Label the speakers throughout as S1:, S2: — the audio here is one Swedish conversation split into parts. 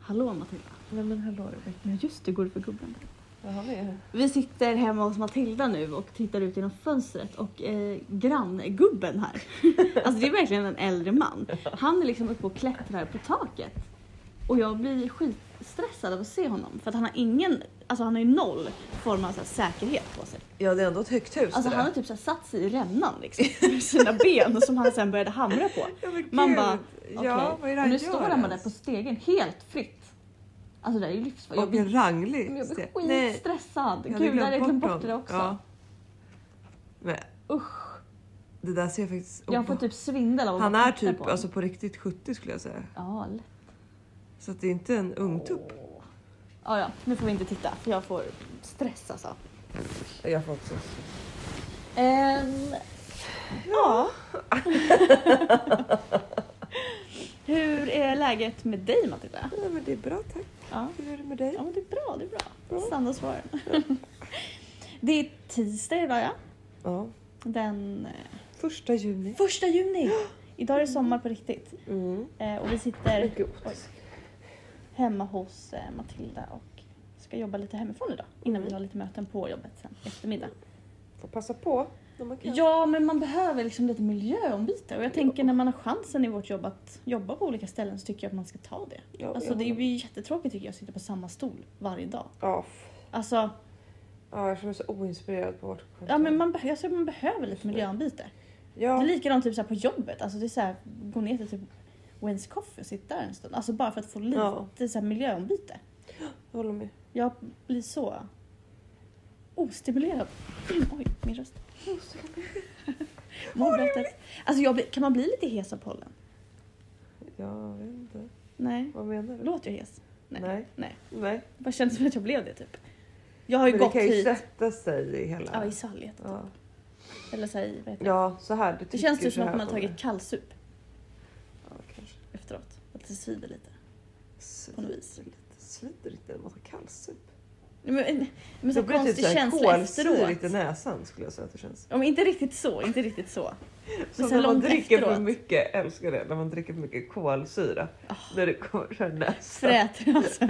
S1: Hallå Matilda.
S2: Nej men hallå Rebecka.
S1: Ja just det, går det för gubben?
S2: Vad har vi?
S1: Vi sitter hemma hos Matilda nu och tittar ut genom fönstret och eh, granngubben här. alltså det är verkligen en äldre man. Han är liksom uppe och klättrar på taket. Och jag blir skitstressad av att se honom för att han har ingen, alltså han har ju noll form av så här säkerhet på sig.
S2: Ja det är ändå ett högt hus
S1: Alltså
S2: det
S1: han har typ så här satt sig i rännan liksom med sina ben som han sen började hamra på.
S2: Ja, men
S1: Man
S2: gud.
S1: bara,
S2: Ja vad är
S1: och
S2: det han
S1: nu
S2: gör
S1: står han bara där
S2: ens?
S1: på stegen helt fritt. Alltså det där är ju livsfarligt. Jag
S2: Och
S1: blir
S2: en ranglig.
S1: Men jag blir
S2: sten. Nej,
S1: skitstressad.
S2: jag hade
S1: Gud, jag hade glömt bort
S2: dem.
S1: det också.
S2: Ja. Men
S1: Usch.
S2: det där ser jag faktiskt...
S1: Jag får typ svindel av att
S2: han
S1: bara
S2: är
S1: titta
S2: typ
S1: på
S2: alltså, på riktigt 70 skulle jag säga.
S1: Ja, lätt.
S2: Så att det är inte en ung tupp.
S1: ja, ja, nu får vi inte titta för jag får stress alltså.
S2: Jag får också.
S1: Ehm, ja. Hur är läget med dig Matilda?
S2: Nej men det är bra tack.
S1: Ja.
S2: Hur är det med dig?
S1: ja, men det är bra, det är bra.
S2: Bra.
S1: Standard svar. Det är tisdag idag ja.
S2: Ja.
S1: Den eh,
S2: Första juni.
S1: första juni. Idag är det sommar på riktigt.
S2: Mm.
S1: Eh, och vi sitter Oj. hemma hos eh, Matilda och ska jobba lite hemifrån idag innan
S2: Mm.
S1: vi har lite möten på jobbet sen i eftermiddag.
S2: Får passa på när man kan.
S1: Ja, men man behöver liksom lite miljöombyte och jag tänker när man har chansen i vårt jobb att jobba på olika ställen så tycker jag att man ska ta det.
S2: Ja,
S1: Alltså
S2: jag
S1: det
S2: håller
S1: blir ju jättetråkigt tycker jag att sitta på samma stol varje dag.
S2: Ja, f-
S1: Alltså,
S2: ja, jag känner mig så oinspirerad på vårt kontor.
S1: ja men man, beh- alltså, man behöver lite miljöombyte. Det
S2: ja.
S1: är likadant typ så här på jobbet, alltså det är så här, gå ner till typ Wens Coffee och sitta där en stund. Alltså bara för att få lite
S2: Ja.
S1: så här miljöombyte.
S2: jag håller med.
S1: Jag blir så ostimulerad. Oj, min röst. Mordbettet. Alltså jag blir, kan man bli lite hes av pollen?
S2: Ja, jag vet inte.
S1: Nej.
S2: Vad menar du?
S1: Låter jag hes? Nej.
S2: Nej.
S1: Nej.
S2: Nej.
S1: Det bara känns som att jag blev det typ. Jag har ju
S2: Men det
S1: gått
S2: kan ju
S1: hit.
S2: sätta sig i hela...
S1: Ja, i salget.
S2: ja.
S1: Eller så här, i- vad heter det?
S2: ja så här. Du
S1: Det känns
S2: tycker
S1: typ som
S2: så
S1: att
S2: här
S1: man har
S2: om
S1: tagit kallsup
S2: det. Ja, kanske.
S1: efteråt. Att det svider lite. På något vis.
S2: Svider lite. Svider inte när man tar kallsup.
S1: Men, men, men så
S2: Då blir det typ
S1: konstig
S2: så här
S1: känsla
S2: kolsyrigt i
S1: efteråt.
S2: näsan skulle jag säga att det känns.
S1: Om inte riktigt så, inte riktigt så.
S2: Som
S1: så
S2: när man
S1: långt
S2: dricker för
S1: efteråt. Ah.
S2: mycket, jag älskar det, när man dricker för mycket kolsyra. När det kommer så här näsan.
S1: Fräter alltså.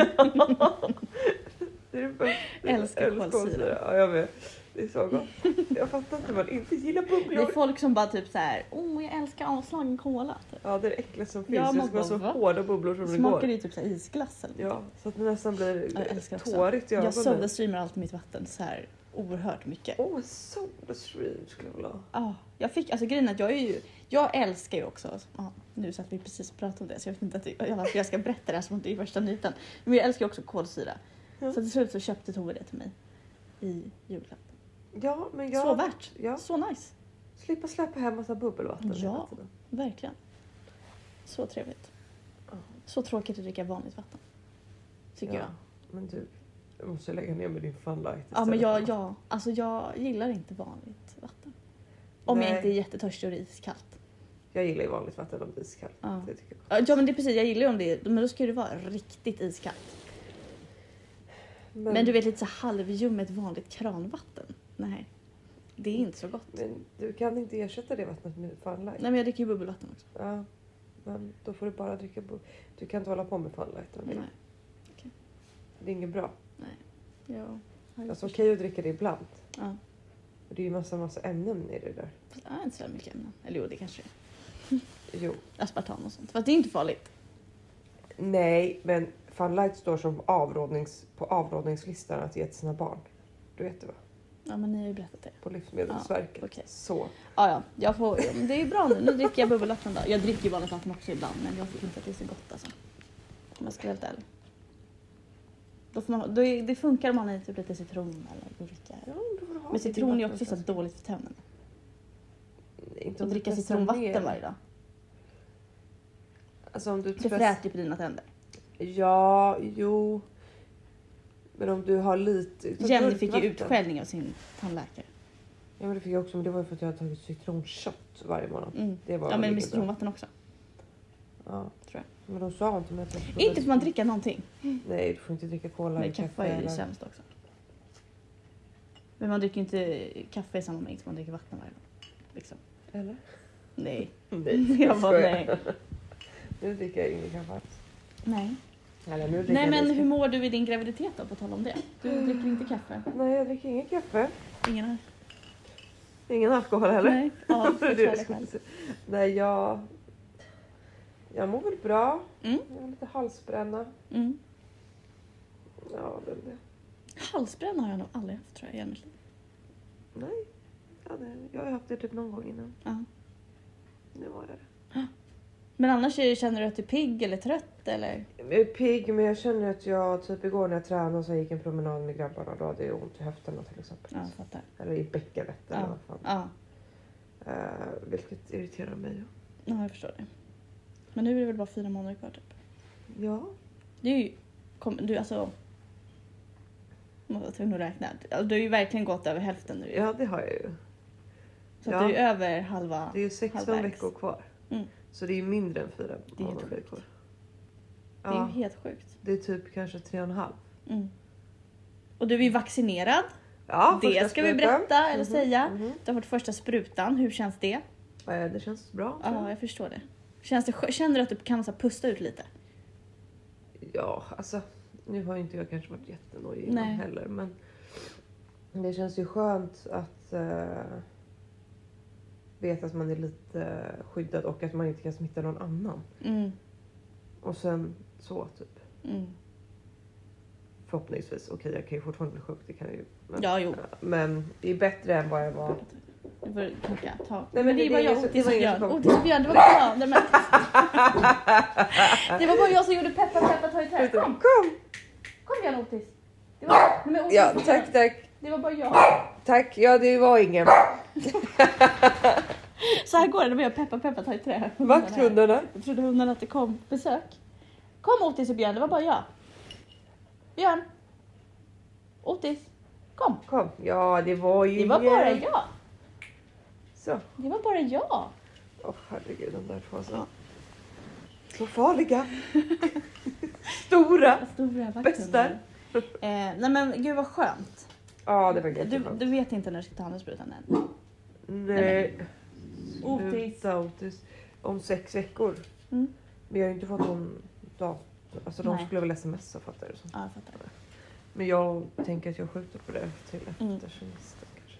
S2: Det är det bästa.
S1: Älskar kolsyra.
S2: Ja, jag med. Det är så gott. Jag fattar inte man inte gillar
S1: Det är
S2: bubblor.
S1: folk som bara typ så här, åh jag älskar avslagen cola. Typ.
S2: Ja, det är det äckligaste som finns.
S1: Ja,
S2: det
S1: man
S2: ska vara så
S1: bara, va?
S2: hårda bubblor som det
S1: Smakar
S2: går.
S1: det typ så här isglass eller något.
S2: Ja, så att det nästan blir
S1: Ja, jag älskar också.
S2: tårigt i
S1: Jag
S2: ögonen.
S1: sodastreamar alltid mitt vatten så här oerhört mycket.
S2: Åh, en sodastream skulle jag vilja ha.
S1: Ja, jag fick, alltså grejen är att jag är ju, jag älskar ju också, alltså, ja, nu så att vi precis pratade om det så jag vet inte att det, jag, varför jag ska berätta det här som att det är värsta nyheten. Men jag älskar ju också kolsyra.
S2: Ja.
S1: Så till slut så köpte Tove det till mig i julklapp.
S2: Ja, men jag...
S1: Så värt!
S2: Ja,
S1: Så nice!
S2: slippa släppa hem massa bubbelvatten hela
S1: Ja.
S2: tiden.
S1: Verkligen. Så trevligt.
S2: Ja.
S1: Så tråkigt att dricka vanligt vatten. Tycker
S2: Ja,
S1: jag.
S2: Men du, du måste lägga ner med din funlight
S1: Ja, men
S2: istället.
S1: jag, jag, alltså jag gillar inte vanligt vatten. Om
S2: Nej.
S1: jag inte är jättetörstig och det är iskallt.
S2: Jag gillar ju vanligt vatten om det är iskallt.
S1: Ja.
S2: Det tycker jag.
S1: Ja men det är precis, jag gillar ju om det är, men då ska det vara riktigt iskallt. Men, du vet lite så här halvljummet vanligt kranvatten. Nej. Det är inte så gott.
S2: men du kan inte ersätta det vattnet med funlight.
S1: Nej men jag dricker ju bubbelvatten också.
S2: Ja, men då får du bara dricka bu- Du kan inte hålla på med funlight. om du-
S1: Nej.
S2: Det är inget bra.
S1: Ja.
S2: Alltså okej att dricka det ibland.
S1: Ja.
S2: Men Det är ju massa, massa ämnen i det där.
S1: Fast det är inte så där mycket ämnen. Eller jo det kanske är.
S2: Jo.
S1: Aspartam och sånt. Fast det är inte farligt.
S2: Nej, men funlight står som avrådnings, på avrådningslistan att ge till sina barn. Du vet det va?
S1: Ja men ni har ju berättat det.
S2: På Livsmedelsverket.
S1: Ja, okej.
S2: Så.
S1: Ja, ja. Jag får, ja, men det är ju bra nu. Nu dricker jag bubbelvatten då. Jag dricker ju vanligt vatten också ibland men jag tycker inte att det är så gott alltså. Om jag ska vara helt ärlig. Då får man, då är, det funkar om man har typ lite citron eller gurka.
S2: Ja, men då får du ha
S1: Men
S2: det i
S1: citron är ju
S2: vattnet
S1: också så här
S2: sen.
S1: dåligt för tänderna.
S2: Nej, Inte
S1: Att
S2: om du
S1: dricka
S2: pressar
S1: citronvatten
S2: ner.
S1: varje dag.
S2: Alltså om du
S1: Det
S2: press-
S1: fräter ju på dina tänder.
S2: Ja, jo. Men om du har lite...
S1: Jenny fick ju
S2: Vatten.
S1: utskällning av sin tandläkare.
S2: Ja, men det fick jag också. Men det var ju för att jag hade tagit citronshot varje morgon.
S1: Mm.
S2: Det var
S1: Ja men
S2: inget
S1: med
S2: bra.
S1: citronvatten också.
S2: Ja.
S1: Tror
S2: Men de sa inte med att
S1: Inte får man dricka någonting.
S2: Nej, du får inte dricka cola
S1: Men
S2: eller kaffe.
S1: kaffe är ju
S2: eller-
S1: sämst också. Men man dricker ju inte kaffe i samma mängd som man dricker vatten varje dag. Liksom.
S2: eller?
S1: Nej.
S2: Nej,
S1: Jag bara nej.
S2: Nu dricker jag ingen kaffe.
S1: Nej.
S2: Eller nu dricker
S1: Nej
S2: jag
S1: men
S2: whisky.
S1: hur mår du i din graviditet då, på tal om det? Du dricker inte kaffe?
S2: Nej, jag dricker inget kaffe.
S1: Ingen här?
S2: Ingen alkohol heller.
S1: Nej. Ja,
S2: Det är
S1: förklara
S2: det jag
S1: själv.
S2: skulle säga. Nej, jag... Jag mår väl bra.
S1: Mm.
S2: Jag har lite halsbränna.
S1: Mm.
S2: Ja, det, det.
S1: Halsbränna har jag nog aldrig haft tror jag i hela mitt liv.
S2: Nej. Ja, det, jag har haft det typ någon gång innan.
S1: Ja.
S2: Nu har jag det.
S1: Men annars är det, känner du att du är pigg eller trött eller?
S2: Jag är pigg men jag känner att jag typ igår när jag tränade och så gick en promenad med grabbarna då hade jag ont i höfterna till exempel.
S1: Ja, jag fattar.
S2: Eller i bäckenet eller
S1: Ja.
S2: vad fan.
S1: Ja,
S2: Eh, vilket irriterar mig.
S1: ja jag förstår det. Men nu är det väl bara fyra månader kvar typ.
S2: Ja.
S1: Det är ju... Kom, du alltså... Jag var tvungen att räkna. Alltså, Du har ju verkligen gått över hälften nu.
S2: Ja det har jag ju.
S1: Så
S2: ja.
S1: att du är över halva...
S2: Det är ju 16
S1: Halvvägs.
S2: veckor kvar.
S1: Mm.
S2: Så det är ju mindre än fyra
S1: Det är helt
S2: månader
S1: sjukt.
S2: kvar.
S1: Det är ju
S2: Ja,
S1: helt sjukt.
S2: det är typ kanske tre och en halv.
S1: Mm. Och du är ju vaccinerad.
S2: Ja,
S1: det
S2: första
S1: ska vi
S2: sprutan.
S1: berätta eller säga.
S2: Mhm.
S1: Du har fått första sprutan. Hur känns det?
S2: Eh, Det känns bra. tror
S1: Ja, jag förstår det. Känns det skö- Känner du att du kan så här, pusta ut lite?
S2: jag. ja, alltså nu har ju inte jag kanske varit jättenojig innan
S1: Nej.
S2: heller men det känns ju skönt att eh, veta att man är lite skyddad och att man inte kan smitta någon annan.
S1: Mm.
S2: Och sen så typ
S1: Mm.
S2: förhoppningsvis. Okej, jag kan ju fortfarande bli sjuk. Det kan jag ju. Men,
S1: Ja, jo.
S2: men det är bättre än vad jag var
S1: Du får knacka. Ta. Nej,
S2: men
S1: men,
S2: det-
S1: det, var
S2: det är
S1: jag
S2: så-
S1: och
S2: det var ingen som
S1: Björn.
S2: kom.
S1: Oh, det är Björn. Det var bara jag. Nej, men. Det var bara jag som gjorde peppa peppa ta i trä. Kom,
S2: Kom! Kom!
S1: kom Björn Otis. Det var, nej, men Otis
S2: Ja,
S1: det var
S2: tack,
S1: jag.
S2: tack.
S1: Det var bara jag.
S2: Tack. Ja, det var ingen.
S1: Så här går det när man gör peppa peppa ta i trä.
S2: Vakthundarna.
S1: Jag trodde hundarna att det kom besök. Kom Otis och Björn, det var bara jag. Björn. Otis. Kom.
S2: Kom. Ja, det var ju
S1: Det var bara
S2: ingen.
S1: jag.
S2: Så.
S1: Det var bara jag.
S2: Åh herregud, de där två så. Så farliga. Stora.
S1: Stora
S2: Bästar.
S1: vakthundar. Eh, nej men gud vad skönt.
S2: Ja, det var
S1: Du,
S2: jättebra.
S1: du vet inte när du ska ta handelssprutan än.
S2: Nej.
S1: Otis.
S2: Sluta, Otis. Om sex veckor.
S1: Mm.
S2: Men jag har ju inte fått någon dator. Alltså de
S1: Nej.
S2: skulle väl smsa fattar du som.
S1: Ja, jag fattar.
S2: Men jag tänker att jag skjuter på det till efter
S1: Mm.
S2: semestern kanske.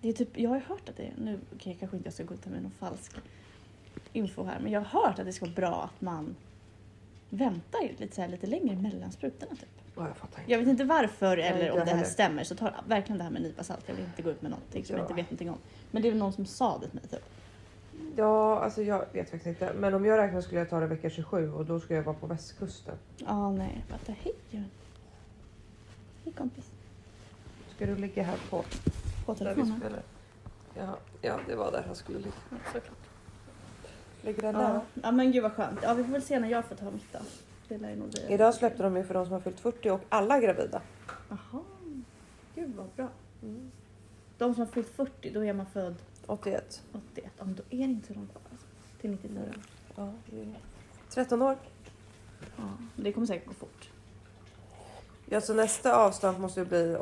S1: Det är typ, jag har ju hört att det är, nu okay, kanske inte jag ska gå ut med någon falsk info här, men jag har hört att det ska vara bra att man väntar ju lite, så här, lite längre mellan sprutorna typ.
S2: Ja, jag fattar inte.
S1: Jag vet inte varför
S2: Nej,
S1: eller
S2: inte
S1: om det här
S2: heller.
S1: stämmer så ta verkligen det här med en nypa salt. Jag vill inte gå ut med någonting som
S2: Ja.
S1: jag inte vet någonting om. Men det är väl någon som sa det till mig typ.
S2: Ja, alltså jag vet faktiskt inte. Men om jag räknar skulle jag ta det vecka 27 och då skulle jag vara på västkusten.
S1: Ja, nej, jag fattar. Hej Björn. Hej kompis.
S2: Ska du ligga här på?
S1: På
S2: Där vi
S1: telefonen.
S2: spelar. Ja, ja, det var där han skulle ligga.
S1: Ja, såklart.
S2: Ligger den där?
S1: Ja. ja, men gud vad skönt. Ja, vi får väl se när jag får ta mitt då. Det lär ju nog bli.
S2: Idag släppte de ju för de som har fyllt 40 och alla gravida. Mm,
S1: Jaha. Gud vad bra. De som har fyllt 40, då är man född
S2: 81.
S1: 81. Ja, men då är det inte så långt kvar. alltså. Till 94.
S2: Ja, det är 13 år.
S1: Ja, men det kommer säkert gå fort.
S2: Ja, så nästa avstamp måste ju bli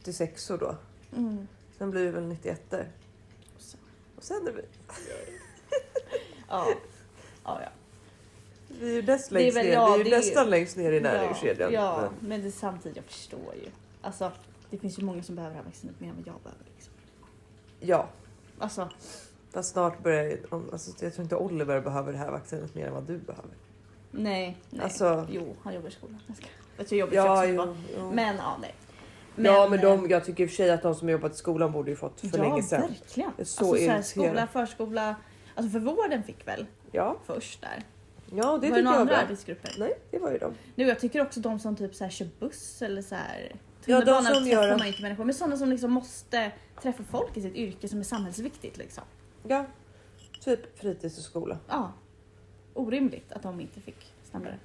S2: 86 då.
S1: Mm.
S2: Sen blir det väl 91
S1: Och sen-
S2: Och sen är vi,
S1: Ja. ja, ja.
S2: vi är ju näst
S1: Det är
S2: längst
S1: väl-
S2: ner.
S1: ja,
S2: vi är ju
S1: det är ju-
S2: nästan längst ner i näringskedjan.
S1: Ja, men, det, samtidigt, jag förstår ju. Alltså, det finns ju många som behöver det här vaccinet mer än vad jag behöver. Liksom.
S2: Men, ja.
S1: Alltså,
S2: Fast snart börjar ju- om- alltså, jag tror inte Oliver behöver det här vaccinet mer än vad du behöver.
S1: nej. nej.
S2: Alltså-
S1: Jo, han jobbar i skolan. Jag ska. Jag tror jag jobbar
S2: Ja,
S1: ja,
S2: jo,
S1: också.
S2: jo.
S1: Men ja, nej. eh,
S2: ja, men de, jag tycker i och för sig att de som jobbat i skolan borde ju fått för
S1: ja,
S2: länge sedan.
S1: verkligen.
S2: Det är så
S1: alltså, så här,
S2: irriterande.
S1: skola, förskola. Alltså för vården fick väl
S2: Ja,
S1: först där.
S2: ja det
S1: var
S2: tycker
S1: några
S2: jag
S1: andra
S2: var bra.
S1: arbetsgrupper?
S2: Nej, det var ju de.
S1: Nu, jag tycker också de som typ så här kör buss eller så här
S2: Ja, de
S1: Tunnelbanan
S2: som
S1: träffar
S2: gör-
S1: man ju inte människor. Men sådana som liksom måste träffa folk i sitt yrke som är samhällsviktigt. Liksom.
S2: Ja, typ fritids och skola.
S1: Ja. Orimligt att de inte fick snabbare.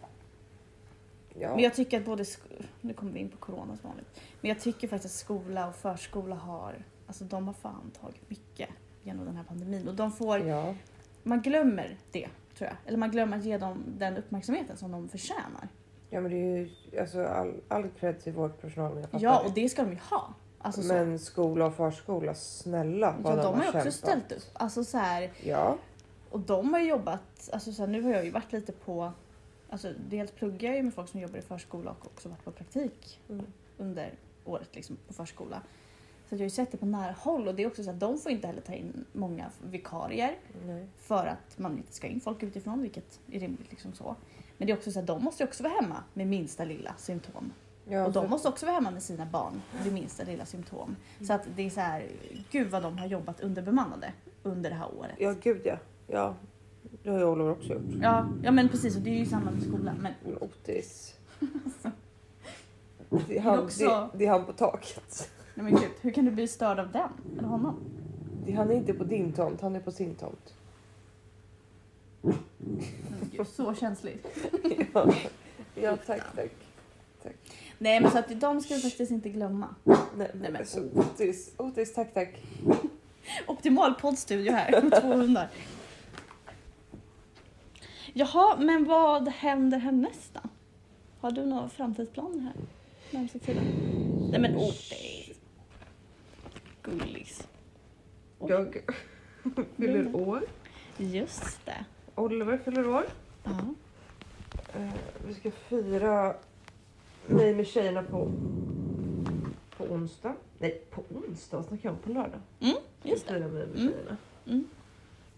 S2: Ja.
S1: Men jag tycker att både, sk- nu kommer vi in på corona som vanligt. Men jag tycker faktiskt att skola och förskola har, alltså de har fan tagit mycket genom den här pandemin. Och de får,
S2: ja.
S1: man glömmer det tror jag. Eller man glömmer att ge dem den uppmärksamheten som de förtjänar.
S2: ja, men det är ju alltså, all, all cred till vårdpersonalen. Jag fattar
S1: Ja, och
S2: det.
S1: det ska de ju ha. Alltså, så.
S2: Men skola och förskola, snälla
S1: Ja,
S2: vad
S1: de har ju också
S2: kämpat.
S1: ställt upp. Alltså så här,
S2: Ja,
S1: och de har ju jobbat, alltså så här, nu har jag ju varit lite på Alltså, dels pluggar jag ju med folk som jobbar i förskola och också varit på praktik
S2: Mm.
S1: under året liksom, på förskola. Så att jag har ju sett det på nära håll och det är också så att de får inte heller ta in många vikarier
S2: Nej.
S1: för att man inte ska ha in folk utifrån, vilket är rimligt. liksom så. Men det är också så att de måste ju också vara hemma med minsta lilla symptom.
S2: Ja,
S1: Och de
S2: för-
S1: måste också vara hemma med sina barn vid minsta lilla symptom. Så att det är så här, gud vad de har jobbat underbemannade under det här året.
S2: Ja, gud ja. Ja, det har jag och Oliver också gjort.
S1: Ja, ja men precis och det är ju samma med skolan. Men
S2: Men Otis. Det är, han,
S1: Men också-
S2: det, det är han på taket.
S1: Nej men gud, hur kan du bli störd av den? Eller honom?
S2: Det, han är inte på din tomt, han är på sin tomt.
S1: Nej, men Mm, gud, så känsligt.
S2: Ja, ja tack, tack.
S1: Nej men så att de ska vi faktiskt inte glömma.
S2: Nej,
S1: Nej, men-
S2: men alltså, Otis, Otis, tack, tack.
S1: Optimal poddstudio här, med två hundar. Jaha, men vad händer härnäst då? Har du några framtidsplaner här? Närmsta tiden? Nej men Otis. Gullis. Oj.
S2: Jag
S1: Mm.
S2: fyller år.
S1: Just det.
S2: Oliver fyller år.
S1: Ja.
S2: Eh, vi ska fira mig med tjejerna på, på onsdag. Nej, på onsdag? Vad snackar jag om? På lördag.
S1: Mm, just
S2: Fira mig
S1: Mm.
S2: med tjejerna.
S1: Mm.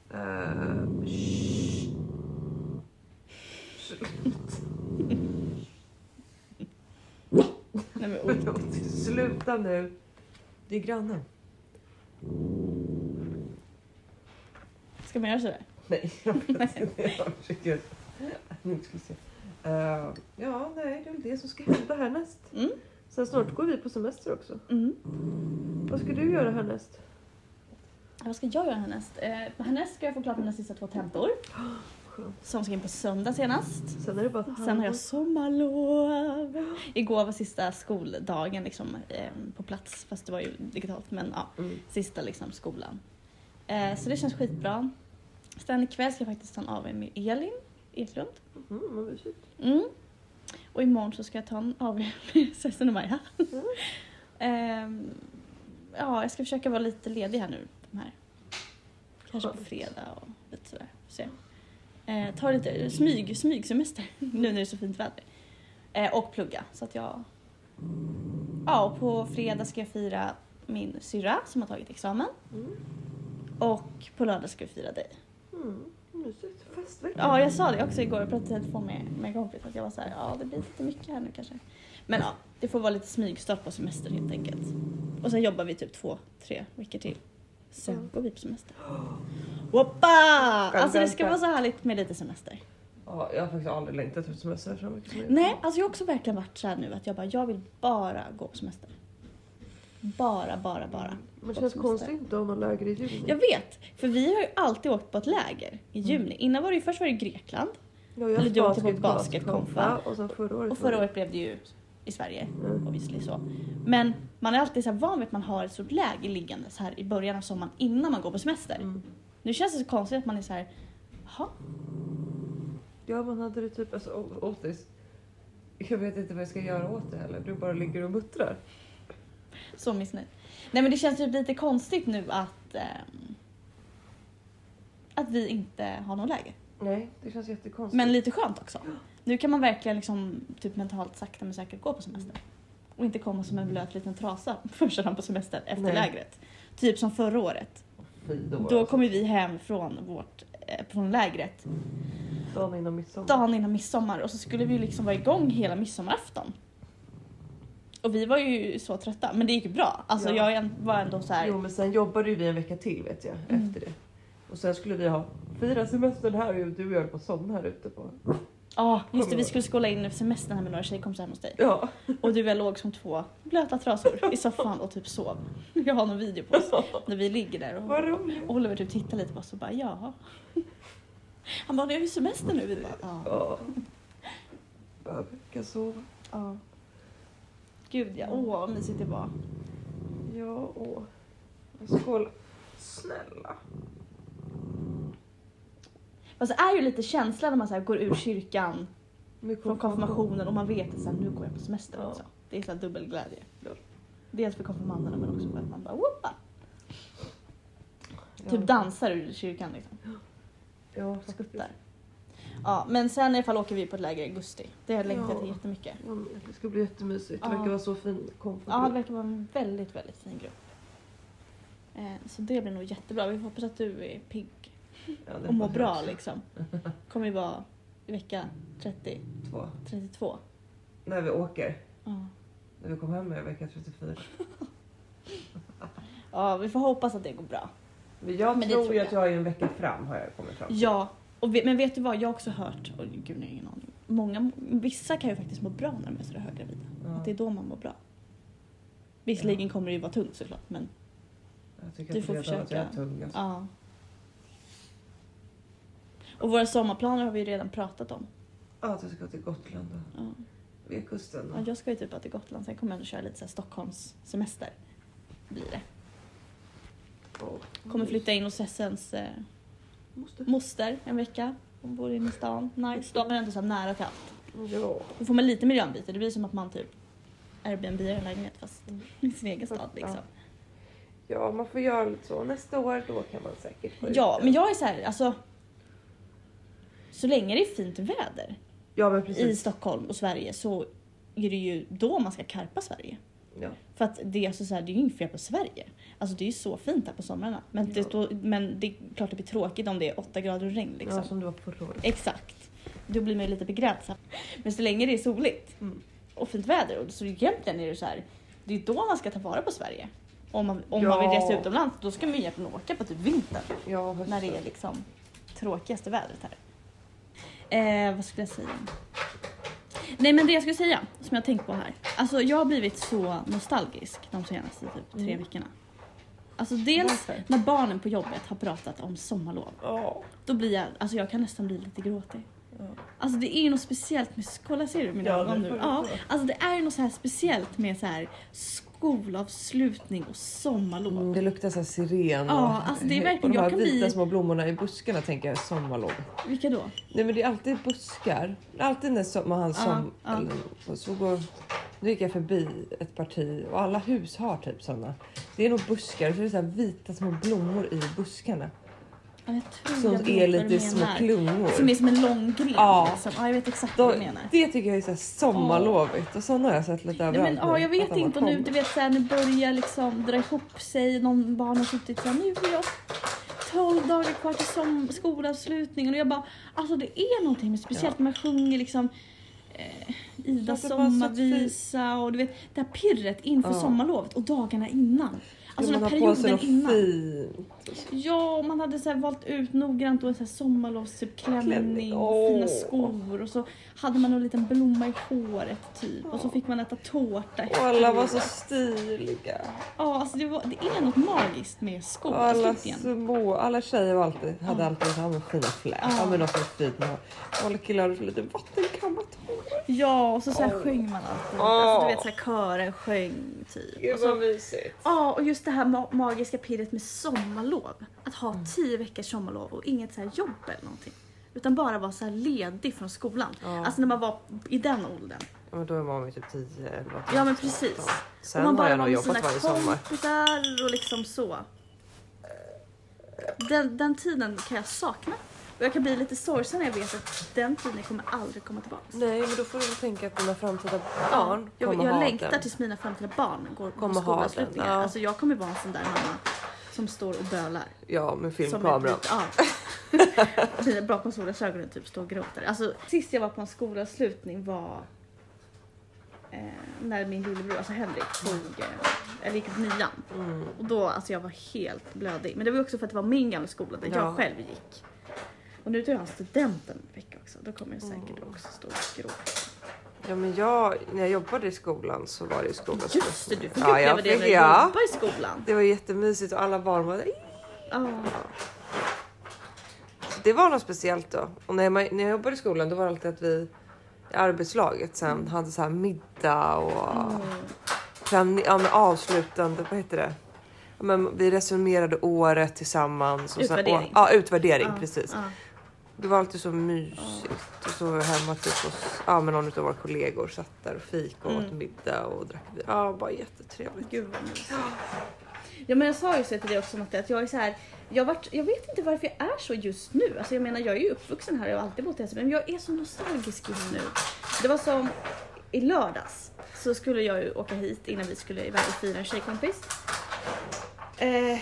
S2: Eh, sh-
S1: Nej men Otis.
S2: Förlåt, Sluta nu. Det är grannen.
S1: Ska man göra sådär?
S2: Nej, jag vet inte. Jag försöker att ni inte skulle se. Eh, ja, nej, det är väl det som ska hända härnäst.
S1: Mm.
S2: Sen snart går vi på semester också.
S1: Mm.
S2: Vad ska du göra härnäst?
S1: Vad ska jag göra härnäst? Eh, härnäst ska jag få klart mina sista två tentor.
S2: Skönt.
S1: Som ska in på söndag senast.
S2: Sen är det bara ett
S1: Sen har
S2: halvår.
S1: jag sommarlov. Igår var sista skoldagen liksom, eh, på plats, fast det var ju digitalt. Men ja,
S2: Mm.
S1: sista liksom, skolan. Eh, så det känns skitbra. Sen ikväll ska jag faktiskt ta en AW med Elin Eklund.
S2: Mm, vad mysigt.
S1: Mm. Och imorgon så ska jag ta en AW med Sessan och Maja. Ehm, ja, jag ska försöka vara lite ledig här nu. De här. Kanske på
S2: Skönt.
S1: fredag och lite sådär. Får Se. Eh, ta lite smyg, smygsemester nu när det är så fint väder. Eh, och plugga så att jag... Ja, och på fredag ska jag fira min syrra som har tagit examen.
S2: Mm.
S1: Och på lördag ska vi fira dig.
S2: Mm, mysigt. Festvecka.
S1: Ja, jag sa det också igår. Jag pratade i telefon med, med en kompis att jag var så här, ja det blir lite mycket här nu kanske. Men ja, det får vara lite smygstart på semester helt enkelt. Och sen jobbar vi typ två, tre veckor till. Sen
S2: Mm.
S1: går vi på semester. Hoppa! Alltså det ska
S2: vänta.
S1: vara så härligt med lite semester.
S2: Ja, jag har faktiskt aldrig längtat efter semester så mycket som jag gör.
S1: Nej, alltså jag har också verkligen varit så här nu att jag bara, jag vill bara gå på semester. Bara, bara, bara.
S2: Men det känns konstigt att inte ha någon läger i juni.
S1: Jag vet, för vi har ju alltid åkt på ett läger i
S2: Mm.
S1: juni. Innan var det ju först var det Grekland
S2: Ja, jag
S1: Eller du åkte på
S2: basket-
S1: basketkonfa.
S2: basket- Och sen förra året.
S1: och
S2: var
S1: förra
S2: det-
S1: året blev det ju i Sverige.
S2: Mm.
S1: obviously så. Men man är alltid så här van vid att man har ett stort läger liggande så här i början av sommaren innan man går på semester.
S2: Mm.
S1: Nu känns det så konstigt att man är så här, jaha,
S2: Ja, man hade det typ... Alltså, o- Otis. Jag vet inte vad jag ska göra åt det heller. Du bara ligger och muttrar.
S1: så missnöjd. Nej men det känns typ lite konstigt nu att ehm, att vi inte har något läger.
S2: Nej, det känns jättekonstigt.
S1: Men lite skönt också. Nu kan man verkligen liksom typ mentalt sakta men säkert gå på semester. Och inte komma som en blöt liten trasa första dagen på semestern efter
S2: Nej.
S1: lägret. Typ som förra året.
S2: Fy då.
S1: Då
S2: alltså.
S1: kom ju vi hem från, vårt, eh, från lägret
S2: Dagen innan midsommar.
S1: dagen innan midsommar och så skulle vi ju liksom vara igång hela midsommarafton. Och vi var ju så trötta, men det gick ju bra. Alltså
S2: Ja.
S1: jag en- var ändå så här,
S2: Jo, men sen jobbade ju vi en vecka till vet jag.
S1: Mm.
S2: Efter det. Och sen skulle vi ha fyra semestern här och du och jag höll på att somna här ute på...
S1: ja "Ah, just det vi skulle skåla in semestern här med några tjejkompisar hemma hos dig.
S2: Ja.
S1: Och du och jag låg som två blöta trasor i soffan och typ sov. Jag har någon video på oss när vi ligger där
S2: Vad
S1: och
S2: roligt.
S1: Oliver typ tittar lite på oss och bara ja. Han bara, det är ju semester nu. Vi bara, ja.
S2: Ja. Behöver inte sova.
S1: ja. Gud ja, åh vad mysigt det var.
S2: Ja, åh. Skål. Snälla.
S1: Fast det är ju lite känslan när man så här går ur kyrkan
S2: Med
S1: från konfirmationen och man vet att så här, nu går jag på semester
S2: Ja.
S1: också. Det är så här dubbel glädje.
S2: Ja.
S1: Dels för konfirmanderna men också för att man bara whoopa,
S2: Ja.
S1: typ dansar ur kyrkan liksom.
S2: Ja, faktiskt.
S1: Skuttar. Ja, men sen i alla fall åker vi på ett läger i augusti. Det har jag längtat till
S2: Ja.
S1: jättemycket.
S2: Ja, men Det ska bli jättemysigt. Det
S1: Ja.
S2: verkar vara så fin komfort.
S1: Ja, det verkar vara en väldigt, väldigt fin grupp. Eh, Så det blir nog jättebra. Vi får hoppas att du är pigg
S2: Ja, det
S1: och mår
S2: hoppas jag
S1: bra
S2: också.
S1: liksom. kommer ju vara i vecka 30,
S2: Två.
S1: 32.
S2: När vi åker.
S1: Ja.
S2: När vi kommer hem är vecka 34.
S1: Ja, vi får hoppas att det går bra.
S2: Men jag
S1: Men det
S2: tror,
S1: tror
S2: ju
S1: jag.
S2: att jag är en vecka fram har jag kommit fram till.
S1: Ja, och vi, men vet du vad? Jag har också hört, och gud jag har ingen aning. Många, vissa kan ju faktiskt må bra när de är sådär högravida.
S2: Ja,
S1: Att det är då man mår bra. Visserligen kommer det ju vara tungt såklart, men
S2: jag tycker
S1: du
S2: att
S1: får
S2: det är redan att Jag är
S1: försöka.
S2: tung, alltså.
S1: ja. Och våra sommarplaner har vi ju redan pratat om.
S2: Ja, att jag ska till Gotland och
S1: Ja.
S2: vid kusten.
S1: Ja, jag ska ju typ bara till Gotland, sen kommer jag ändå köra lite så här Stockholmssemester. Blir det.
S2: och-
S1: Kommer flytta in hos Essens eh,
S2: Måste.
S1: moster en vecka. Hon bor inne i stan. Nice. Då har man ändå så här nära till allt.
S2: Ja.
S1: Då får man lite miljöombyte. Det blir som att man typ Airbnb en lägenhet fast
S2: Mm.
S1: i sin egen stad liksom.
S2: ja, man får göra lite så. Nästa år då kan man säkert gå ut.
S1: Ja, men jag är så här, alltså. Så länge det är fint väder
S2: Ja, men
S1: i
S2: precis.
S1: Stockholm och Sverige så är det ju då man ska karpa Sverige.
S2: Ja.
S1: För att det är, alltså så här, det är ju inget fel på Sverige. Alltså det är ju så fint här på somrarna. Men, det,
S2: Ja.
S1: står- men det är klart det blir tråkigt om det är 8 grader och regn liksom.
S2: ja, som du var förra året.
S1: Exakt. Då blir man ju lite begränsad. Men så länge det är soligt
S2: Mm.
S1: och fint väder och så egentligen är det så här, det är då man ska ta vara på Sverige. Om man, om
S2: Ja.
S1: man vill resa utomlands, då ska man ju egentligen åka på typ vintern
S2: Ja, hösten.
S1: när det är liksom tråkigaste vädret här. Eh, vad skulle jag säga? Nej men det jag skulle säga, som jag har tänkt på här. Alltså jag har blivit så nostalgisk de senaste typ tre
S2: Mm.
S1: veckorna. Alltså dels
S2: Varför?
S1: när barnen på jobbet har pratat om sommarlov.
S2: Ja.
S1: Då blir jag, alltså jag kan nästan bli lite gråtig.
S2: Ja.
S1: Alltså det är ju något speciellt med, kolla ser du mina
S2: Ja,
S1: ögon
S2: det
S1: nu?
S2: får du
S1: Ja,
S2: se.
S1: alltså det är ju något så här speciellt med så här skolavslutning och sommarlov.
S2: Mm, det luktar så här siren
S1: Ja,
S2: och,
S1: alltså det är verkligen-
S2: och de
S1: jag
S2: här
S1: kan
S2: vita
S1: bli-
S2: små blommorna i buskarna tänker jag är sommarlov.
S1: Vilka då?
S2: Nej men det är alltid buskar. Alltid när som, man har som,
S1: Ja, ja.
S2: eller så, så går... Nu gick jag förbi ett parti och alla hus har typ sådana. Det är nog buskar och så är det så här vita små blommor i buskarna.
S1: Ja, jag tror
S2: Som
S1: Mm, jag vet
S2: är
S1: vad du
S2: lite små
S1: menar.
S2: klungor.
S1: Som är som en lång gren
S2: Ja.
S1: liksom. Ja, jag vet exakt
S2: De,
S1: vad du menar.
S2: det tycker jag är så här sommarlovigt och sådana har jag sett lite
S1: Nej,
S2: överallt.
S1: men, ja, jag
S2: att
S1: vet
S2: de har
S1: inte. Och nu,
S2: kommit.
S1: du vet, så här, nu börjar liksom dra ihop sig. Någon barn har suttit så här, nu är jag 12 dagar kvar till som, skolavslutningen. Och jag bara, alltså det är någonting med speciellt när man sjunger liksom eh, Idas
S2: Ja, det var så
S1: sommarvisa och du vet det här pirret inför
S2: Ja.
S1: sommarlovet och dagarna innan. Alltså
S2: man
S1: den här
S2: har på sig
S1: perioden innan.
S2: något fint.
S1: Ja, och man hade så här valt ut noggrant och en så här sommarlovstyp klänning,
S2: Ah, Klänning, åh.
S1: fina skor och så hade man en liten blomma i håret typ och så
S2: Ja.
S1: fick man äta tårta
S2: Och alla var så stiliga.
S1: Ja, alltså det, var, det är något magiskt med
S2: Och alla
S1: skolavslutningen.
S2: små, alla tjejer var alltid, hade
S1: Ja.
S2: alltid så här med fina flät.
S1: Ja.
S2: Ja men något som är fint med hår. Och alla killar hade så lite vattenkammat hår.
S1: Ja, och så, så här sjöng man alltid. Alltså, du vet, så här, kören sjöng typ. Och så,
S2: mysigt.
S1: ja, och just det här ma- magiska pirret med sommarlov. Att ha
S2: Mm.
S1: tio veckors sommarlov och inget så här jobb eller någonting. Utan bara vara så här ledig från skolan.
S2: Ja.
S1: Alltså när man var i den åldern.
S2: Ja, men då är man ju typ 10 eller något.
S1: Ja, men precis.
S2: Sen
S1: och man
S2: har
S1: bara var
S2: jag nog
S1: med
S2: jobbat
S1: sina
S2: varje sommar.
S1: kompisar och liksom så. Den, den tiden kan jag sakna. Och jag kan bli lite sorgsen när jag vet att den tiden kommer aldrig komma tillbaka.
S2: Nej men då får du tänka att dina framtida barn
S1: Jag,
S2: kommer
S1: jag
S2: ha
S1: längtar
S2: den.
S1: tills mina framtida barn går
S2: Kommer
S1: på
S2: ha
S1: skolavslutningar.
S2: den, ja.
S1: Alltså jag kommer vara en sån där mamma som står och bölar.
S2: Ja med
S1: Som en
S2: filmkameran.
S1: bit- ja. Mina bakom solglasögonen typ står och gråter. Alltså sist jag var på en skolavslutning var eh, när min lillebror, alltså Henrik, tog, eh, eller gick ut nian.
S2: Mm.
S1: Och då, alltså jag var helt blödig. Men det var ju också för att det var min gamla skola där
S2: Ja.
S1: jag själv gick. Och nu tar jag studenten en vecka också. Då kommer jag
S2: Mm.
S1: säkert också stå och gråta.
S2: Ja men jag, när jag jobbade i skolan så var det ju skolan
S1: Just det, du fick
S2: ja,
S1: uppleva
S2: jag
S1: det
S2: fick,
S1: när du
S2: ja.
S1: jobbade i skolan. Ah,
S2: Det var jättemysigt och alla barn var där.
S1: Ja.
S2: Det var något speciellt då. Och när, man, när jag jobbade i skolan då var det alltid att vi i arbetslaget sen hade så här middag och
S1: mm.
S2: plane- ja, men avslutande, vad heter det? Ja, Men vi resonerade året tillsammans. Och sen-
S1: Utvärdering.
S2: och, ja, utvärdering
S1: Ja,
S2: precis.
S1: ja.
S2: Det var alltid så mysigt. Och så var vi hemma typ hos ja, men någon av våra kollegor
S1: Mm.
S2: satt där och fika och åt middag och drack vin. Ja, bara jättetrevligt.
S1: Gud vad mysigt. Ja men jag sa ju så till dig också Matte att jag är så här, jag, vart, jag vet inte varför jag är så just nu. Alltså jag menar jag är ju uppvuxen här och har alltid bott i Hälsingland men jag är så nostalgisk just nu. Det var som i lördags så skulle jag ju åka hit innan vi skulle iväg och fira en tjejkompis. Eh,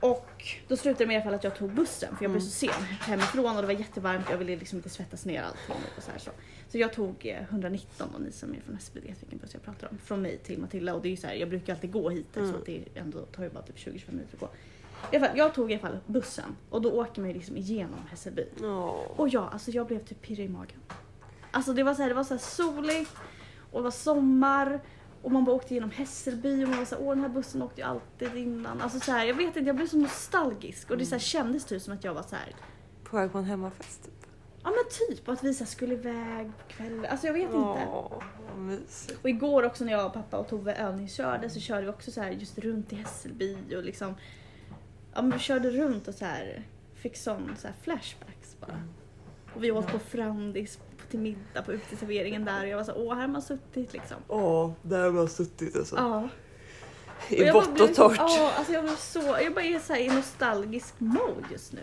S1: och då slutade det med i alla fall att jag tog bussen för jag blev så sen hemifrån och det var jättevarmt jag ville liksom inte svettas ner allting och så här så. Så jag tog eh, 119 och ni som är från Hässelby vet vilken buss jag pratar om. Från mig till Matilda och det är ju så här, jag brukar alltid gå hit där, så att det är ändå tar ju bara typ 20-25 minuter att gå. I alla fall, jag tog i alla fall bussen och då åker man ju liksom igenom Hässelby.
S2: Åh.
S1: Och ja, alltså jag blev typ pirrig i magen. Alltså det var så här, det var så här soligt och det var sommar och man bara åkte genom Hässelby och man var så här, åh den här bussen åkte ju alltid innan. Alltså så här, jag vet inte, jag blev så nostalgisk och det så här, kändes typ som att jag var så här,
S2: På väg på en hemmafest typ.
S1: ja men typ och att vi så här, skulle iväg på kvällen. Alltså jag vet inte.
S2: Åh, vad mysigt.
S1: Och igår också när jag, pappa och Tove övningskörde så körde vi också så här just runt i Hässelby och liksom ja, men vi körde runt och så här fick sån så här flashbacks bara. Och vi åt på Frandis på- till middag på uteserveringen där och jag var så här, åh här har man suttit liksom.
S2: Åh, där har man suttit alltså.
S1: Ja. Och
S2: I
S1: jag bara
S2: vått
S1: blev-
S2: och torrt.
S1: Ja, alltså jag blev så, jag bara är så här i nostalgisk mode just nu.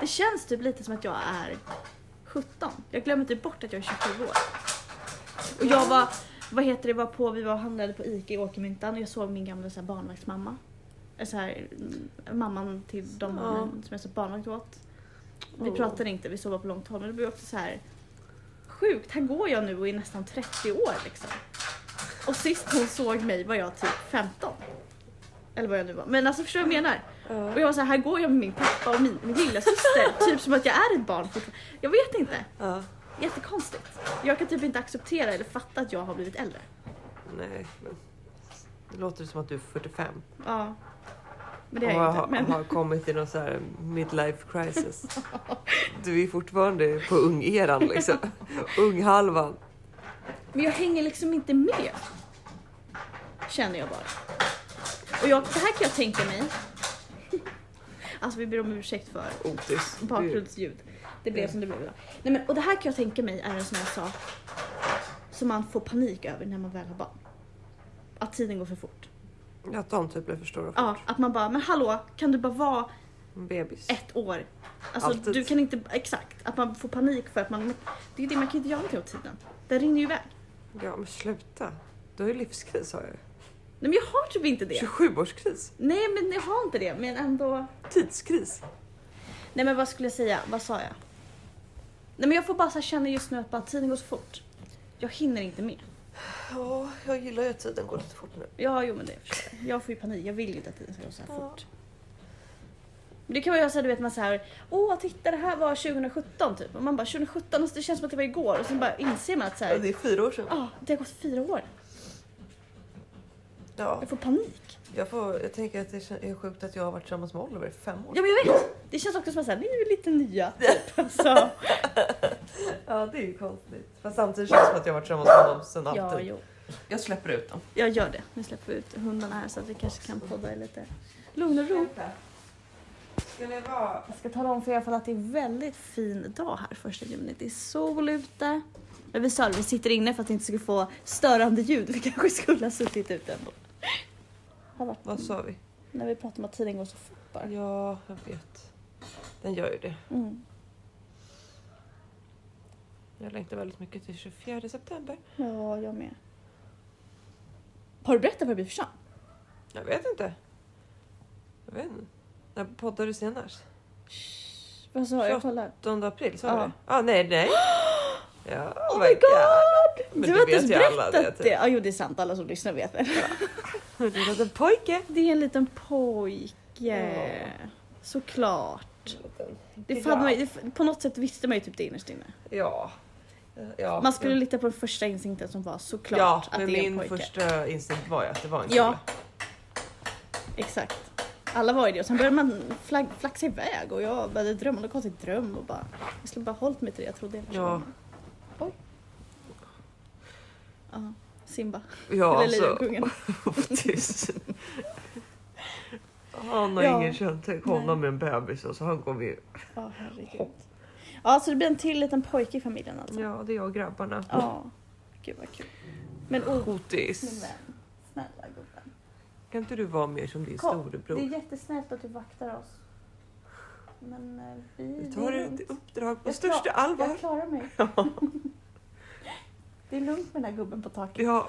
S1: Det känns typ lite som att jag är 17. Jag glömmer typ bort att jag är 27 år. Och jag var, vad heter det, var på, vi var och handlade på ICA i Åkermyntan och jag såg min gamla så här barnvaktsmamma. Eh, Så här, mm, mamman till de
S2: Ja.
S1: barnen som jag satt barnvakt åt. Vi
S2: Åh.
S1: pratade inte, vi sov bara på långt håll men det blev också så här sjukt, här går jag nu och är nästan 30 år liksom. Och sist hon såg mig var jag typ 15. Eller vad jag nu var. Men alltså förstår du vad jag menar? Och
S2: Ja.
S1: jag var så här, här går jag med min pappa och min, min lilla syster typ som att jag är ett barn fortfarande. Jag vet inte,
S2: Ja.
S1: jättekonstigt. Jag kan typ inte acceptera eller fatta att jag har blivit äldre.
S2: Nej, men. Det låter som att du är 45
S1: Ja. Men det
S2: och
S1: är jag
S2: har,
S1: inte. Men,
S2: har kommit i någon så här midlife crisis. Du är fortfarande på ung-eran liksom. Ung-halvan.
S1: men jag hänger liksom inte med. Känner jag bara. Och jag, så här kan jag tänka mig. Alltså vi ber om ursäkt för
S2: Otis. Du-
S1: bakgrundsljud. Det blev som det blev idag. Nej, men, och det här kan jag tänka mig är en sån här sak som man får panik över när man väl har barn. Att tiden går för fort.
S2: Att de typ blir för stora för
S1: Ja, att man bara, men hallå, kan du bara vara
S2: en bebis.
S1: ett år? Alltså
S2: Alltid.
S1: du kan inte, exakt. Att man får panik för att man, det är det, man kan inte göra någonting åt tiden. Den rinner ju iväg.
S2: Ja men sluta. Du har ju livskris har jag.
S1: Nej men jag har typ inte det.
S2: 27-årskris.
S1: Nej men jag har inte det, men ändå.
S2: Tidskris.
S1: Nej men vad skulle jag säga? Vad sa jag? Nej men jag får bara så här känna just nu att bara, tiden går så fort. Jag hinner inte med.
S2: Ja, jag gillar ju att tiden går lite fort nu.
S1: Ja, jo men det förstår jag. Jag får ju panik. Jag vill ju inte att tiden ska gå så här fort. Men Det kan vara så här, du vet man så här, åh titta det här var 2017 typ. Och man bara 2017, alltså, det känns som att det var igår. Och sen bara inser man att så
S2: Ja,
S1: här,
S2: det är fyra år sedan.
S1: ah, det har gått fyra år.
S2: Ja,
S1: Jag får panik.
S2: jag, får, jag tänker att det kän- är sjukt att jag har varit tillsammans med Oliver i fem år.
S1: Ja men jag vet. Det känns också som att så här, ni är lite nya typ. Alltså,
S2: Ja, det är ju konstigt. Fast samtidigt känns det som att jag har varit tillsammans med honom sedan
S1: ja,
S2: alltid.
S1: jo.
S2: Jag släpper ut dem.
S1: Jag gör det. Nu släpper vi ut hundarna här så att vi kanske kan podda i lite lugn och ro.
S2: Ska det vara...
S1: Jag ska tala om för er i alla fall att det är en väldigt fin dag här första juni. Det är sol ute. Men vi sa det, vi sitter inne för att det inte skulle få störande ljud. Vi kanske skulle ha suttit ute ändå. Har varit,
S2: Vad sa vi?
S1: när vi pratade om att tiden går så fort bara.
S2: Ja, jag vet. Den gör ju det.
S1: Mm.
S2: Jag längtar väldigt mycket till 24 september.
S1: Ja, jag med. Har du berättat vad det blir för kön?
S2: Jag vet inte. Jag vet inte. När poddade du senast?
S1: Vad sa jag? Jag kollar.
S2: 8 april, sa
S1: Ja.
S2: du det? Ah, nej, nej. Ja,
S1: Oh my god!
S2: Men
S1: Du
S2: det
S1: har inte ens
S2: vet ju alla, det
S1: berättat
S2: vet
S1: det.
S2: jag.
S1: Ja, jo det är sant. Alla som lyssnar vet väl.
S2: god! Du är en liten pojke.
S1: Det är en liten pojke.
S2: Ja.
S1: Såklart. Det fann man, ju- det, på något sätt visste man ju typ det innerst inne.
S2: Ja. ja.
S1: Man skulle lita på den första instinkten som var såklart
S2: Ja,
S1: att
S2: men
S1: det är en
S2: min
S1: pojke.
S2: första instinkt var ju att det var en kille.
S1: Ja. Exakt. Alla var ju det och sen började man flag, flaxa iväg och jag började drömma någon konstig dröm och bara jag skulle bara hållit mig till det jag trodde jag
S2: Ja.
S1: var Oj. Ja, Simba.
S2: Ja,
S1: Eller
S2: alltså.
S1: Lejonkungen.
S2: Otis. Han har
S1: Ja.
S2: ingen känsla. Tänk honom med en bebis och så han kommer ju...
S1: Ja, herregud. Ja, så det blir en till liten pojke i familjen alltså.
S2: Ja, det är jag och grabbarna.
S1: Ja. Gud vad kul. Men oh,
S2: Otis.
S1: min vän. Snälla gubben.
S2: Kan inte du vara mer som din
S1: Kom,
S2: storebror?
S1: Det är jättesnällt att du vaktar oss. Men eh, vi...
S2: Du
S1: det
S2: tar
S1: är
S2: ditt
S1: lugnt.
S2: uppdrag på
S1: Jag
S2: största allvar.
S1: Jag klarar mig. det är lugnt med den här gubben på taket.
S2: Ja.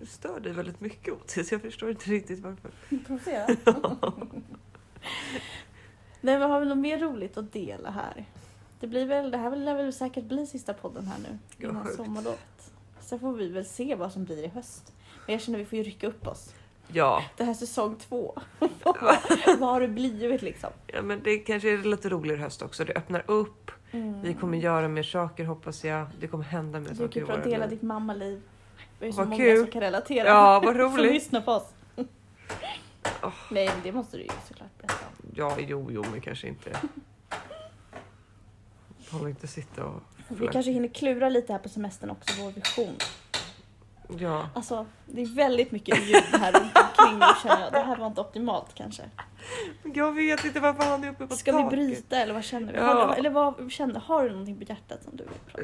S2: Du stör dig väldigt mycket Otis. Jag förstår inte riktigt varför.
S1: Provocerad. Nej men har vi något mer roligt att dela här? Det, blir väl, det här lär väl säkert bli sista podden här nu
S2: Ja,
S1: innan
S2: sjukt.
S1: sommarlovet. Sen får vi väl se vad som blir i höst. Men jag känner att vi får ju rycka upp oss.
S2: Ja,
S1: Det här är säsong två. vad vad har det blivit liksom?
S2: ja men det kanske är lite roligare höst också. Det öppnar upp.
S1: Mm.
S2: Vi kommer göra mer saker hoppas jag. Det kommer hända mer
S1: Du
S2: saker i
S1: kan bra
S2: våra
S1: dela
S2: liv.
S1: ditt mammaliv. Vi är så
S2: Vad
S1: många
S2: kul.
S1: som kan relatera.
S2: Ja, vad
S1: som
S2: roligt.
S1: lyssnar på oss.
S2: Åh.
S1: Nej, men det måste du ju såklart berätta om.
S2: Ja, jo, jo, men kanske inte. Håller inte sitta och...
S1: Vi kanske hinner klura lite här på semestern också, vår vision.
S2: Ja.
S1: Alltså, det är väldigt mycket ljud här runt omkring nu känner jag. Det här var inte optimalt kanske.
S2: Jag vet inte varför han är uppe på
S1: Ska vi
S2: taket.
S1: bryta eller vad känner vi?
S2: Ja.
S1: Har, eller vad känner, har du någonting på hjärtat som du vill prata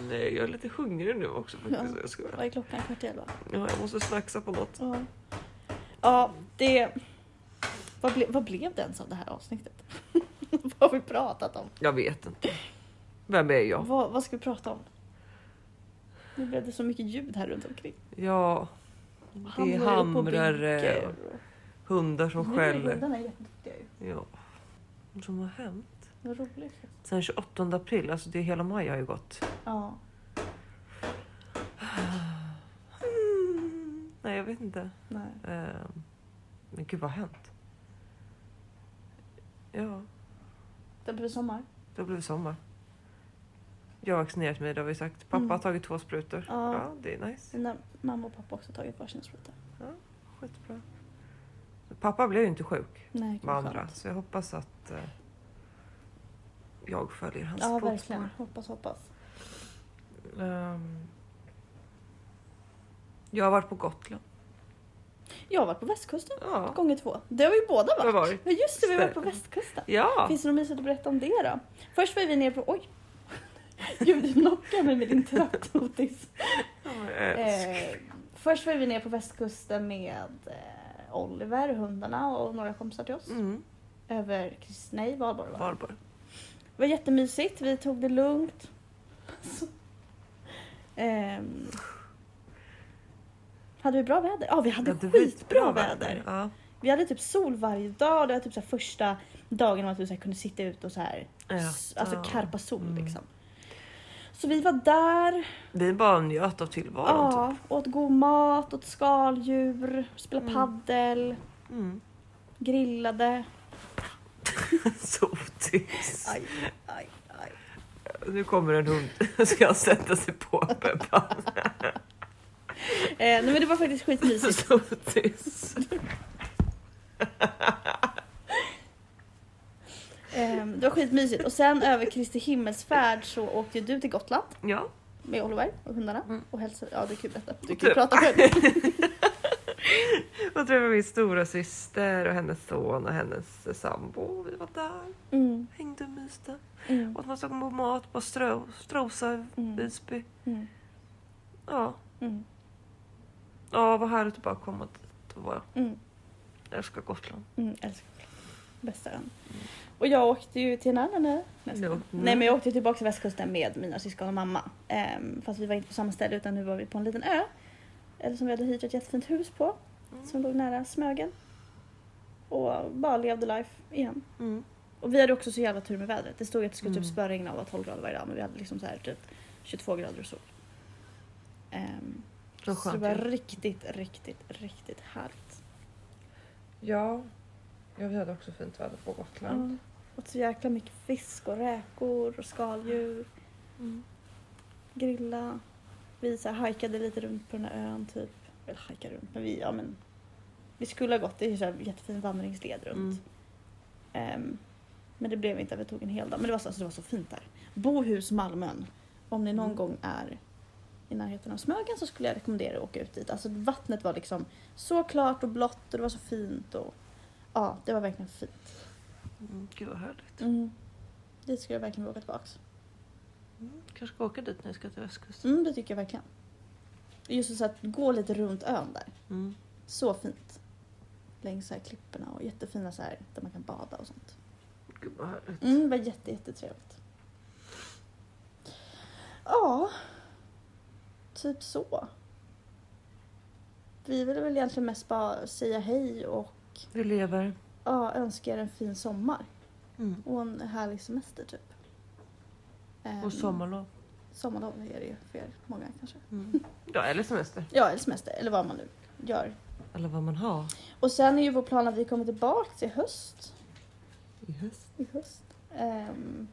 S1: om?
S2: Nej, jag är lite hungrig nu också faktiskt.
S1: Ja.
S2: Jag, ska...
S1: Vad är klockan? Kvart i elva?
S2: ja, jag måste snacksa på något.
S1: Ja. Ja, det... Vad, ble, vad blev det ens av det här avsnittet? vad har vi pratat om?
S2: Jag vet inte. Vem är jag?
S1: Vad, vad ska vi prata om? Nu blev det så mycket ljud här runt omkring.
S2: Ja, det är
S1: Hamrar eh, upp och
S2: hamrare
S1: bygger.
S2: och hundar som
S1: Nu är
S2: skäller.
S1: Hundarna är jätteduktiga ju.
S2: Ja. Vad Som har hänt?
S1: Vad roligt.
S2: Sen 28 april, alltså det är hela maj har ju gått.
S1: Ja.
S2: Mm. Nej, jag vet inte.
S1: Nej.
S2: Ehm, Men gud, vad har hänt? Ja,
S1: Det blir sommar.
S2: det har blivit sommar. Jag har vaccinerat mig, det har vi sagt. Pappa
S1: Mm.
S2: har tagit två sprutor.
S1: Ja.
S2: Ja, det är nice.
S1: Mina mamma och pappa har också tagit varsin spruta.
S2: Skitbra. Pappa blev ju inte sjuk
S1: Nej,
S2: med
S1: vad
S2: andra,
S1: skönt.
S2: så jag hoppas att eh, jag följer hans
S1: Ja,
S2: fotspår.
S1: verkligen. Hoppas, hoppas.
S2: Ehm, jag har varit på Gotland.
S1: Jag har varit på västkusten
S2: Ja.
S1: gånger två. Det har vi båda
S2: Jag har
S1: varit.
S2: varit.
S1: Ja, just det, vi har varit på
S2: Stämmer.
S1: västkusten.
S2: Ja.
S1: Finns det något mysigt att berätta om det då? Först var vi nere på... Oj! Gud, du knockar mig med din trattnotis.
S2: Eh,
S1: Eh, först var vi ner på västkusten med eh, Oliver, hundarna och några kompisar till oss.
S2: Mm.
S1: Över Krist... Nej, Valborg va?
S2: Valborg.
S1: Det var jättemysigt, vi tog det lugnt. Så. Ehm. hade vi bra väder? Ja, vi hade
S2: Det var
S1: skitbra
S2: bra
S1: väder.
S2: Ja.
S1: Vi hade typ sol varje dag. Det var typ så här första dagen man typ så här kunde sitta ute och så här,
S2: Ja.
S1: s- alltså
S2: Ja.
S1: karpa sol
S2: Mm.
S1: liksom. Så vi var där,
S2: Vi bara njöt av tillvaron.
S1: Ja, åt god mat, åt skaldjur, spelade
S2: Mm.
S1: paddel,
S2: Typ. Mm.
S1: grillade.
S2: Så otis.
S1: Aj, aj, aj.
S2: Nu kommer en hund. Ska sätta sig på Peppa?
S1: Eh, nej men det var faktiskt skitmysigt.
S2: Så otis.
S1: Eh, det var skitmysigt. Och sen över Kristi himmelsfärd så åkte ju du till Gotland
S2: Ja.
S1: med Oliver och hundarna.
S2: Mm.
S1: Och hälsade, ja du kan ju berätta. Du kan ju
S2: Typ.
S1: prata själv.
S2: Jag träffade min stora syster och hennes son och hennes eh, sambo. Vi var där,
S1: Mm,
S2: hängde och myste.
S1: mm,
S2: Åt massa god mat på Strö- Strosa i
S1: Mm.
S2: Visby.
S1: mm,
S2: Ja.
S1: mm,
S2: Ja, vad härligt att bara komma dit och vara.
S1: mm,
S2: Jag älskar Gotland.
S1: mm. Älskar Gotland. Bästa ön. Och jag åkte ju till en annan ö. Nej, jag
S2: No.
S1: Nej men jag åkte tillbaka till västkusten med mina syskon och mamma. Ehm, fast vi var inte på samma ställe utan nu var vi på en liten ö. Eller som vi hade hyrt ett jättefint hus på.
S2: Mm.
S1: Som låg nära Smögen. Och bara levde life igen.
S2: Mm.
S1: Och vi hade också så jävla tur med vädret. Det stod att det skulle typ
S2: Mm.
S1: spöregna och vara 12 grader varje dag men vi hade liksom så här typ 22 grader och sol. Ehm,
S2: Så
S1: så det
S2: skönt.
S1: var
S2: ju.
S1: riktigt, riktigt, riktigt härligt.
S2: Ja. ja, vi hade också fint väder på Gotland.
S1: Mm. Åt så jäkla mycket fisk och räkor och skaldjur.
S2: Mm.
S1: grilla. Vi så här hajkade lite runt på den här ön typ. Eller hajkade runt, men vi, ja men. Vi skulle ha gått, det är ju så här jättefin vandringsled runt.
S2: Mm.
S1: Ehm, men det blev inte, vi tog en hel dag. Men det var så, alltså, det var så fint där. Bohus, Malmön. Om ni någon
S2: Mm.
S1: gång är i närheten av Smögen så skulle jag rekommendera att åka ut dit. Alltså vattnet var liksom så klart och blått och det var så fint och ja, det var verkligen fint.
S2: Mm. Gud vad härligt.
S1: Mm. Dit skulle jag verkligen vilja åka tillbaks.
S2: Mm. Kanske ska åka dit när jag ska till västkusten.
S1: Mm, det tycker jag verkligen. Just så att gå lite runt ön där.
S2: Mm.
S1: Så fint. Längs så här klipporna och jättefina så här där man kan bada och sånt.
S2: Gud vad härligt.
S1: Mm, det var jätte, jättetrevligt. Ja, typ så. Vi ville väl egentligen mest bara säga hej och
S2: Du lever.
S1: ja, önska er en fin sommar
S3: Mm.
S1: och en härlig semester typ. Ehm,
S2: Och sommarlov.
S1: Sommarlov är det ju för er, många kanske.
S3: Mm.
S2: Ja, eller semester.
S1: Ja, eller semester eller vad man nu gör.
S2: Eller vad man har
S1: Och sen är ju vår plan att vi kommer tillbaka till höst.
S2: i höst.
S1: I höst. Ehm,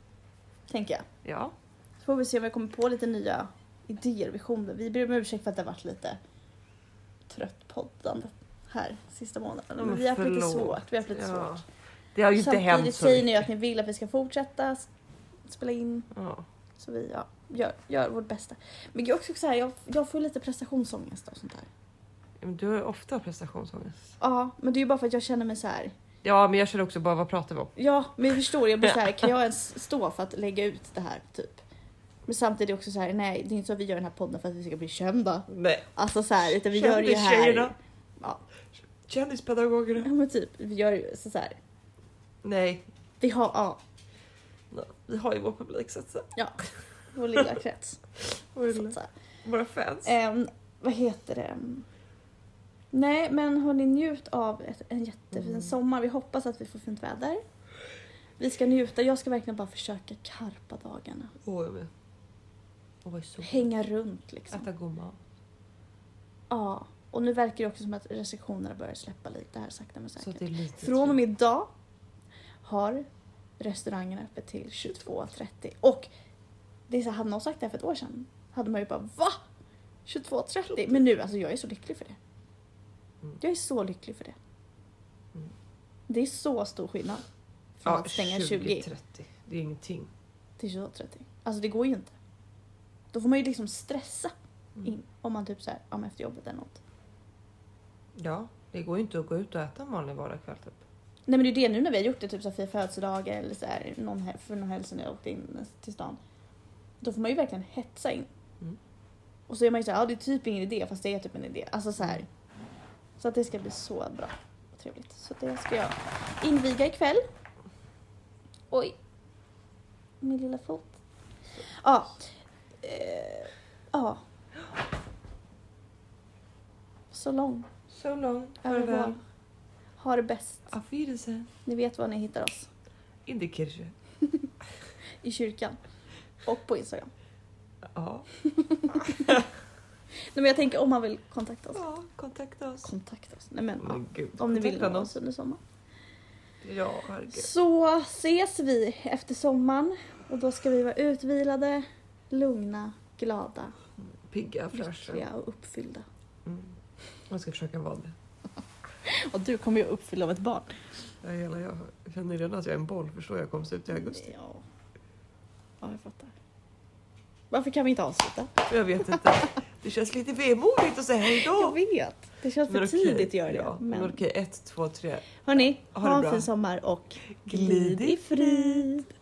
S1: tänker jag.
S2: Ja.
S1: Så får vi se om vi kommer på lite nya idéer, visioner. Vi ber om ursäkt för att det har varit lite trött poddande här sista månaden. Men
S2: Men
S1: vi har haft lite
S2: förlåt.
S1: svårt. Vi har haft lite
S2: ja.
S1: svårt.
S2: Det har ju inte hänt
S1: Samtidigt
S2: så
S1: säger ni
S2: mycket.
S1: att ni vill att vi ska fortsätta s- spela in.
S2: Ja.
S1: Så vi ja, gör, gör vårt bästa. Men jag, är också så här, jag, jag får lite prestationsångest och sånt där.
S2: Men Du har ju ofta prestationsångest.
S1: Ja, men det är ju bara för att jag känner mig så här.
S2: Ja, men jag känner också bara vad pratar vi om?
S1: Ja, men jag förstår. Jag blir så här, kan jag ens stå för att lägga ut det här? Typ. Men samtidigt också så här, nej, det är inte så att vi gör den här podden för att vi ska bli kända.
S2: Nej.
S1: Alltså så här, utan vi gör det ju här. Ja. Ja
S2: Kändispedagogerna.
S1: men typ, vi gör ju så, så här.
S2: Nej,
S1: Vi har, ja,
S2: nej, vi har ju vår publik så att säga.
S1: vår lilla krets.
S2: Vår
S1: så
S2: lilla-
S1: att säga.
S2: Våra fans.
S1: Ehm, vad heter det? Nej men hörni, njut av ett, en jättefin
S2: Mm.
S1: sommar. Vi hoppas att vi får fint väder. Vi ska njuta. Jag ska verkligen bara försöka karpa dagarna.
S2: Åh, jag med. Åh, vad är så
S1: Hänga runt liksom.
S2: Äta god mat.
S1: Ja, och nu verkar det också som att restriktionerna börjar släppa lite här sakta men
S2: Så att
S1: säkert.
S2: det är lite typ-
S1: Från och med idag har restaurangerna öppet till 22.30 och det är så här, hade någon sagt det här för ett år sedan hade man ju bara VA? 22.30? Men nu, alltså jag är så lycklig för det.
S2: Mm.
S1: Jag är så lycklig för det.
S2: Mm.
S1: Det är så stor skillnad från
S2: ja,
S1: att stänga 20
S2: 30. Det är ingenting.
S1: till 22.30. Alltså det går ju inte. Då får man ju liksom stressa
S2: Mm.
S1: in om man typ såhär, ja men efter jobbet eller något.
S2: Ja, det går ju inte att gå ut och äta en vanlig vardagskväll typ.
S1: Nej men det är ju det nu när vi har gjort det, typ så här, fira födelsedagar eller så här, någon, hel- för någon helg sedan jag åkte in till stan. Då får man ju verkligen hetsa in.
S2: Mm.
S1: Och så är man ju såhär, ja det är typ ingen idé fast det är typ en idé. Alltså så här. Så att det ska bli så bra och trevligt. Så det ska jag inviga ikväll. Oj. Min lilla fot. Ja. Eh, Ja. Så lång.
S2: So long,
S1: Över vår.
S2: farväl,
S1: Ha det bäst.
S2: auf Wiedersehen,
S1: Ni vet var ni hittar oss.
S2: in die Kirche.
S1: i kyrkan. Och på Instagram.
S2: Ja,
S1: Nej, men jag tänker om man vill kontakta oss.
S2: ja kontakta oss.
S1: Kontakta oss. Nej, men, ja.
S2: Men gud,
S1: Om ni vill
S2: kontakta
S1: nå oss under sommaren.
S2: Ja, herregud.
S1: Så ses vi efter sommaren. Och då ska vi vara utvilade, lugna, glada,
S2: Pigga, fräscha.
S1: lyckliga och uppfyllda.
S2: Mm. Jag ska försöka vara det.
S3: Och du kommer ju uppfylla av ett barn.
S2: Jag, hela, jag känner redan att jag är en boll. Förstår jag kom ut i augusti.
S1: Ja. ja, jag fattar. Varför kan vi inte avsluta?
S2: Jag vet inte. Det känns lite vemodigt att säga
S1: Jag
S2: hejdå.
S1: vet. Det känns för
S2: Men okej,
S1: tidigt att göra det.
S2: Ja, men
S1: men...
S2: okej, ett, två, tre.
S1: Hörni,
S2: Ha
S1: ha,
S2: det
S1: en
S2: bra.
S1: fin sommar och
S2: Glid i
S1: frid.